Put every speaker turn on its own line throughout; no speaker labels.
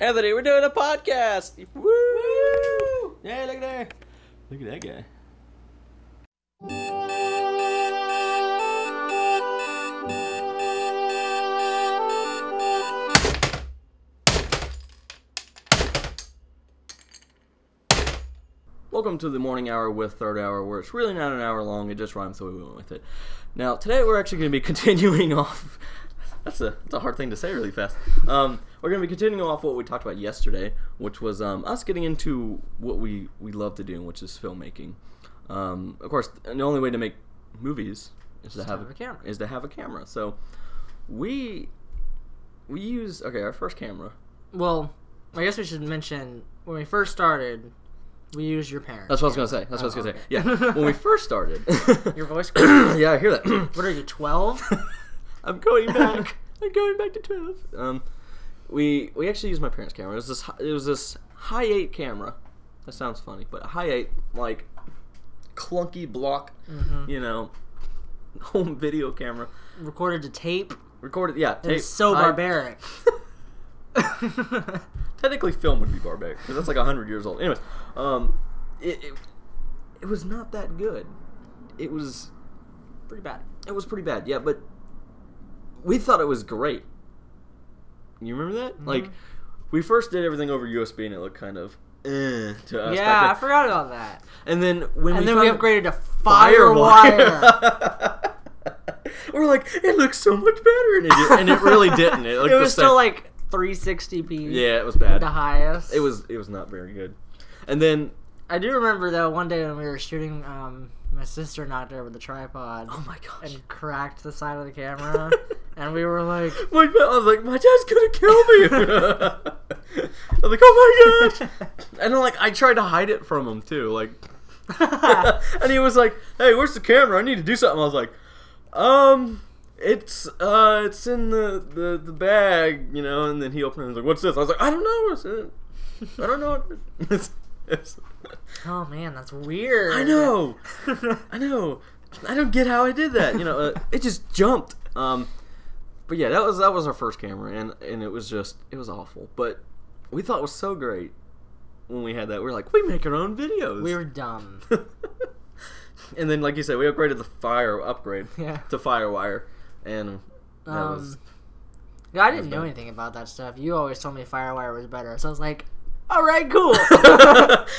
Anthony, we're doing a podcast. Woo! Yeah, look at there. Look at that guy. Welcome to the morning hour with third hour, where it's really not an hour long. It just rhymes, so we went with it. Now today we're actually going to be continuing off. That's a that's a hard thing to say really fast. Um, we're going to be continuing off what we talked about yesterday, which was um, us getting into what we we love to do, which is filmmaking. Um, of course, the only way to make movies is to have,
have a camera.
Is to have a camera. So we we use okay our first camera.
Well, I guess we should mention when we first started, we used your parents.
That's what I was going to say. That's what I was
Oh,
going to say.
okay.
Yeah, when we first started.
your voice.
yeah, I hear that.
what are you, twelve?
I'm going back. I'm going back to twelve. Um, we we actually used my parents' camera. It was this hi- it was this high eight camera. That sounds funny, but a high eight like clunky block, you know, home video camera.
Recorded to tape.
Recorded, yeah. tape,
It's so
high-
barbaric.
Technically, film would be barbaric because that's like hundred years old. Anyways, um, it, it it was not that good. It was
Pretty bad.
it was pretty bad, yeah, but we thought it was great. You remember that?
Mm-hmm.
Like, we first did everything over USB and it looked kind of eh to us.
yeah, I
back then.
forgot about that.
and then when
And
we
then we
found
upgraded to Firewire.
We're like, it looks so much better, and it, did- and it really didn't. It, looked
it
the
was
same-
still like 360p.
yeah, it was bad.
The highest.
It was it was not very good. And then
I do remember though one day when we were shooting, um, my sister knocked over the tripod
oh my gosh,
and uh, cracked the side of the camera, and we were like,
my dad, I was like, my dad's gonna kill me. I was like, oh my gosh. And then, like, I tried to hide it from him too. Like,
Oh,
and he was like, hey, where's the camera? I need to do something. I was like, um, it's uh, it's in the the, the bag, you know. And then he opened it and was like, what's this? I was like, I don't know. What's it? I don't know. What it is." It's-
"Oh man, that's weird."
I know. I know. I don't get how I did that. You know, uh, it just jumped. Um, but yeah, that was that was our first camera, and and it was just it was awful. But we thought it was so great when we had that. We were like, we make our own videos.
we were dumb.
and then, like you said, we upgraded the fire upgrade
Yeah.
to FireWire, and that
Um,
was
Yeah, I didn't
That's
know
bad.
anything about that stuff. You always told me Firewire was better, so I was like, "All right, cool."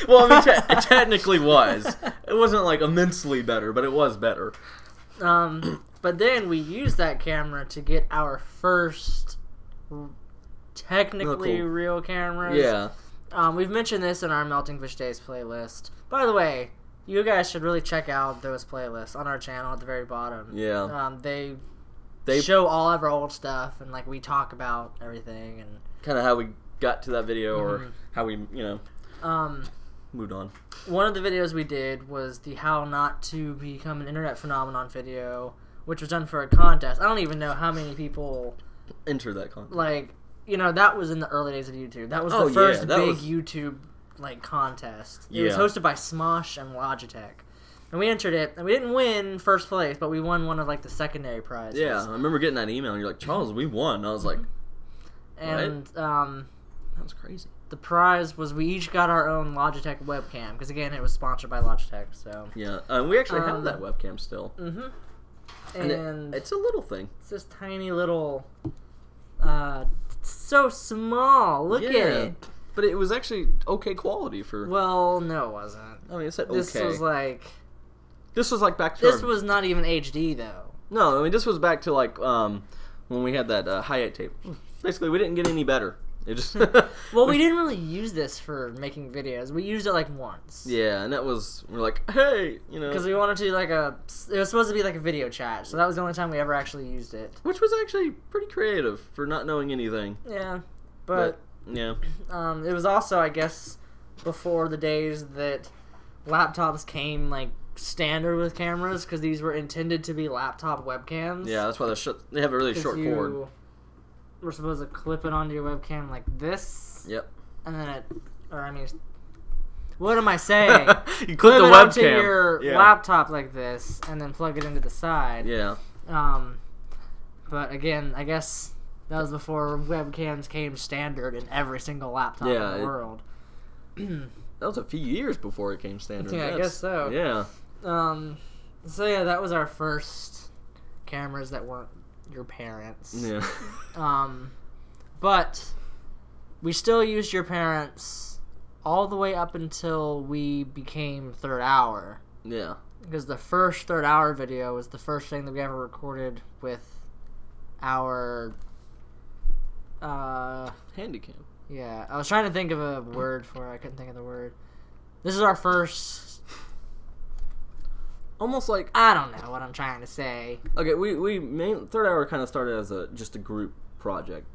well, I mean, te- it technically was. It wasn't like immensely better, but it was better.
um, but then we used that camera to get our first r- technically
Local.
real cameras.
Yeah.
Um, we've mentioned this in our Melting Fish Days playlist. By the way, you guys should really check out those playlists on our channel at the very bottom.
Yeah.
Um, they
They-
show all of our old stuff and like we talk about everything and
kind of how we got to that video
Mm-hmm.
or how we you know
um,
moved on
one of the videos we did was the how not to become an internet phenomenon video, which was done for a contest. I don't even know how many people
enter that content
like you know that was in the early days of YouTube. That was
Oh,
the
yeah,
first
that
big
was-
YouTube like contest. It
Yeah.
was hosted by Smosh and Logitech, and we entered it, and we didn't win first place, but we won one of like the secondary prizes.
yeah i remember getting that email and you're like charles we won and i was like
Mm-hmm. and um,
that was crazy
the prize was we each got our own Logitech webcam because again it was sponsored by Logitech. So
yeah uh, we actually have
Um,
that webcam still
hmm
and,
and,
Mm-hmm. it- it's a little thing
it's this tiny little, uh, so small. Look
Yeah.
at it.
but it was actually okay quality for
Well, no, it wasn't.
i mean it said okay
This was like
this was like back to
This
our-
was not even HD though.
no i mean this was back to like um when we had that uh, hi-hat tape basically we didn't get any better it just
Hmm. Well, we didn't really use this for making videos. We used it like once.
yeah and that was we're like hey you know
Because we wanted to do, like a. It was supposed to be like a video chat, so that was the only time we ever actually used it.
which was actually pretty creative for not knowing anything
Yeah, but,
but yeah
um, it was also I guess before the days that laptops came like standard with cameras because these were intended to be laptop webcams.
Yeah, that's why they're short, they have a really
'Cause
short
you
cord.
We're supposed to clip it onto your webcam like this.
Yep.
and then it, or I mean, what am I saying? Clip
you clip
it
the
onto
webcam.
your
yeah.
laptop like this, and then plug it into the side.
yeah.
Um, but again, I guess That was before webcams came standard in every single laptop
Yeah,
in
it-
the world.
That was a few years before it came standard.
Yeah, I
That's-
guess so.
Yeah.
Um, so yeah, that was our first cameras that weren't your parents.
Yeah.
Um, but we still used your parents all the way up until we became third hour
yeah.
because the first third hour video was the first thing that we ever recorded with our uh
Handycam.
yeah i was trying to think of a word for it i couldn't think of the word this is our first
Almost like
i don't know what i'm trying to say
Okay, we we main third hour kind of started as a just a group project,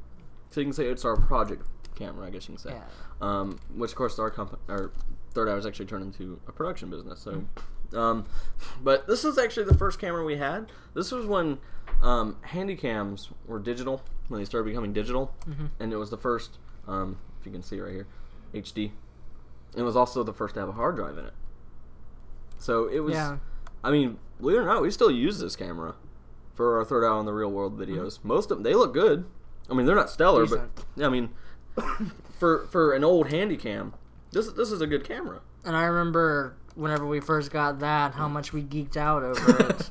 so you can say it's our project camera, I guess you can say.
yeah
Um, which of course our company, our third hour is actually turned into a production business. So, um, but this is actually the first camera we had. This was when um, handycams were digital when they started becoming digital, and it was the first. Um, if you can see right here, HD. It was also the first to have a hard drive in it. So it was.
yeah
I mean, believe it or not, we still use this camera for our third hour in the real world videos. Most of them, they look good. I mean, they're not stellar,
Mm-hmm. Decent.
but I mean, for for an old handy cam, this this is a good camera.
and i remember whenever we first got that how much we geeked out over it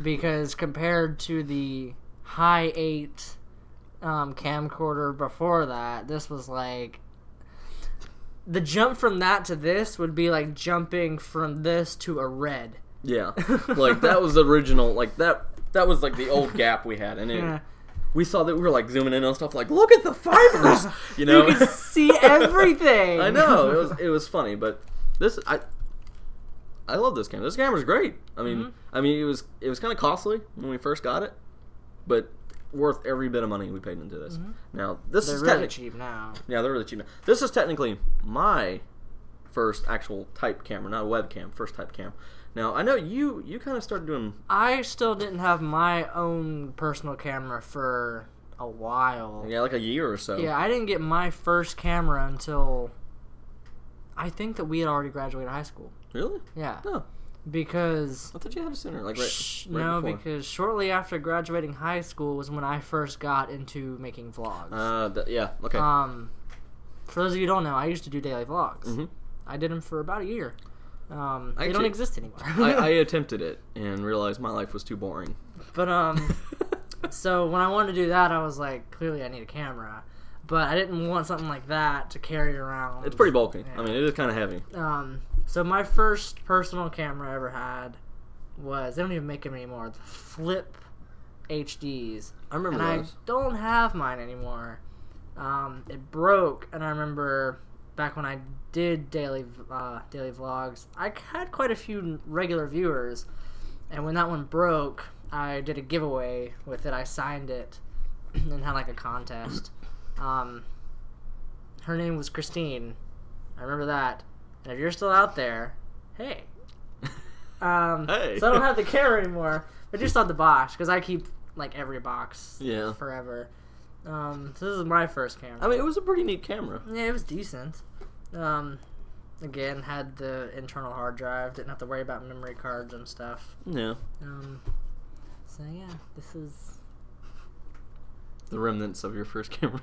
because compared to the high eight um, camcorder before that, this was like the jump from that to this would be like jumping from this to a red.
yeah, like that was the original. Like that that was like the old gap we had, and it,
Yeah.
we saw that we were like zooming in on stuff. Like, look at the fibers, you know.
You could see everything.
I know it was it was funny, but this I I love this camera. This camera's great. I mean,
Mm-hmm.
I mean it was it was kind of costly when we first got it, but worth every bit of money we paid into this. Now this
Mm-hmm. They're
is
really
technically
cheap now.
yeah they're really cheap. Now. This is technically my first actual type camera, not a webcam. First type cam. Now I know you you kind of started doing
I still didn't have my own personal camera for a while.
yeah like a year or so.
Yeah, I didn't get my first camera until I think that we had already graduated high school.
Really?
Yeah,
No,
because
I thought you had it sooner. Like Oh. right,
Shh,
right
no,
before.
because shortly after graduating high school was when I first got into making vlogs.
uh th- yeah okay
um, for those of you who don't know, I used to do daily vlogs.
Mhm. I
I did them for about a year. Um, they don't
Actually,
exist anymore.
I attempted it and realized my life was too boring.
but um, so when I wanted to do that, I was like, clearly I need a camera, but I didn't want something like that to carry around.
It's pretty bulky.
Yeah.
I mean, it is kind of heavy.
Um, so my first personal camera I ever had was they don't even make them anymore. The flip HDs.
I remember
and
those.
I don't have mine anymore. Um, it broke, and I remember back when I did daily uh, daily vlogs, I had quite a few regular viewers, and when that one broke, I did a giveaway with it. I signed it and had like a contest. Um, her name was Christine. I remember that. And if you're still out there, hey. Um,
Hey.
So I don't have the camera anymore, but just on the box because I keep like every box
Yeah.
forever. Um, so this is my first camera.
I mean, it was a pretty neat camera.
yeah, it was decent. Um, again, had the internal hard drive, didn't have to worry about memory cards and stuff.
Yeah.
Um, so yeah, this is
The remnants of your first camera.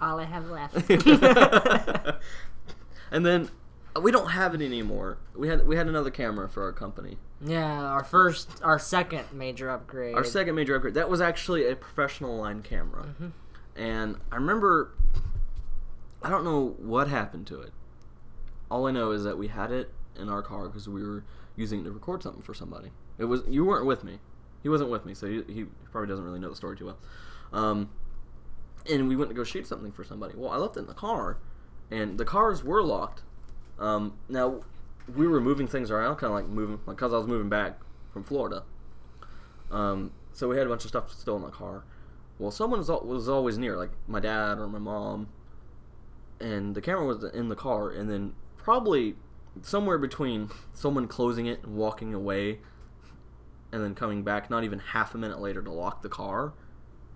all I have left.
and then uh, we don't have it anymore. We had we had another camera for our company.
yeah, our first, our second major upgrade.
Our second major upgrade that was actually a professional line camera,
Mm-hmm,
and I remember. I don't know what happened to it. All I know is that we had it in our car because we were using it to record something for somebody. It was you weren't with me. He wasn't with me, so he, he probably doesn't really know the story too well. Um, and we went to go shoot something for somebody. Well, I left it in the car, and the cars were locked. Um, now we were moving things around, kind of like moving, like because I was moving back from Florida. Um, so we had a bunch of stuff still in the car. Well, someone was, al- was always near, like my dad or my mom, and the camera was in the car. And then probably somewhere between someone closing it and walking away, and then coming back, not even half a minute later to lock the car,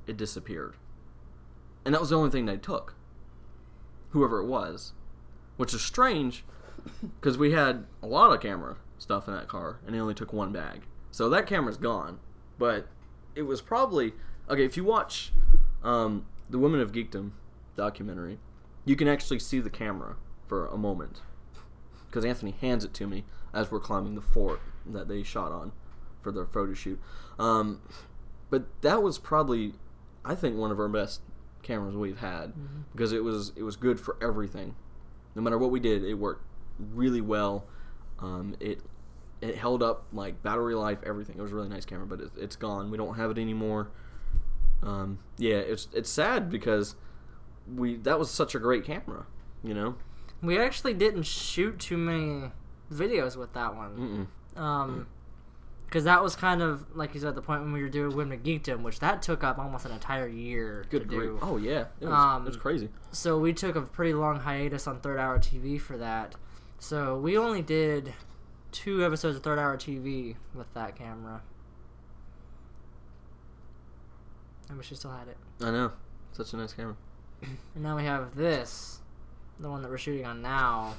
it disappeared. And that was the only thing they took. Whoever it was, which is strange, because we had a lot of camera stuff in that car, and they only took one bag. So that camera's gone. But it was probably okay. If you watch um, the Women of Geekdom documentary, you can actually see the camera for a moment because Anthony hands it to me as we're climbing the fort that they shot on for their photo shoot. Um, but that was probably, I think, one of our best cameras we've had
mm-hmm.
because it was it was good for everything. No matter what we did, it worked really well. Um, it it held up like battery life, everything. It was a really nice camera, but it, it's gone. We don't have it anymore. Um, yeah, it's it's sad because we that was such a great camera, you know.
We actually didn't shoot too many videos with that one.
Mm-mm.
Um 'cause because that was kind of like you said the point when we were doing Women of Geekdom, which that took up almost an entire year
Good
to
grief!
do.
Oh yeah, it was,
Um,
it was crazy.
So we took a pretty long hiatus on Third Hour TV for that. So we only did two episodes of Third Hour TV with that camera. I wish we still had it.
I know, such a nice camera.
And now we have this, the one that we're shooting on now,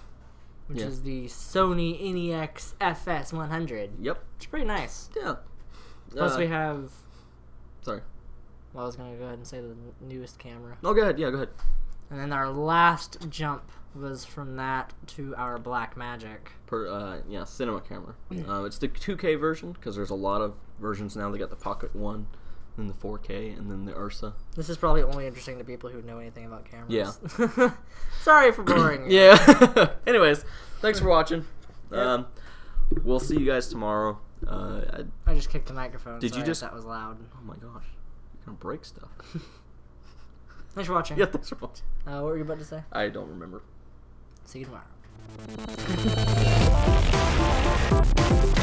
which
Yeah.
is the Sony E NEX FS100.
Yep.
It's pretty nice.
Yeah.
Plus,
Uh,
we have.
sorry.
Well, I was gonna go ahead and say the newest camera.
Oh, go ahead. Yeah, go ahead.
And then our last jump was from that to our Black Magic.
Per uh, yeah, cinema camera. Uh, it's the 2K version because there's a lot of versions now. They got the Pocket One, then the 4K, and then the Ursa.
This is probably only interesting to people who know anything about cameras. Yeah. Sorry for boring. you.
Yeah. Anyways, thanks for watching. Um, we'll see you guys tomorrow. Uh, I,
I just kicked the microphone.
Did you
Sorry if
just-
That was loud.
oh my gosh, you're gonna break stuff.
Thanks for watching.
yeah, thanks for watching.
Uh, what were you about to say?
I don't remember.
See you tomorrow.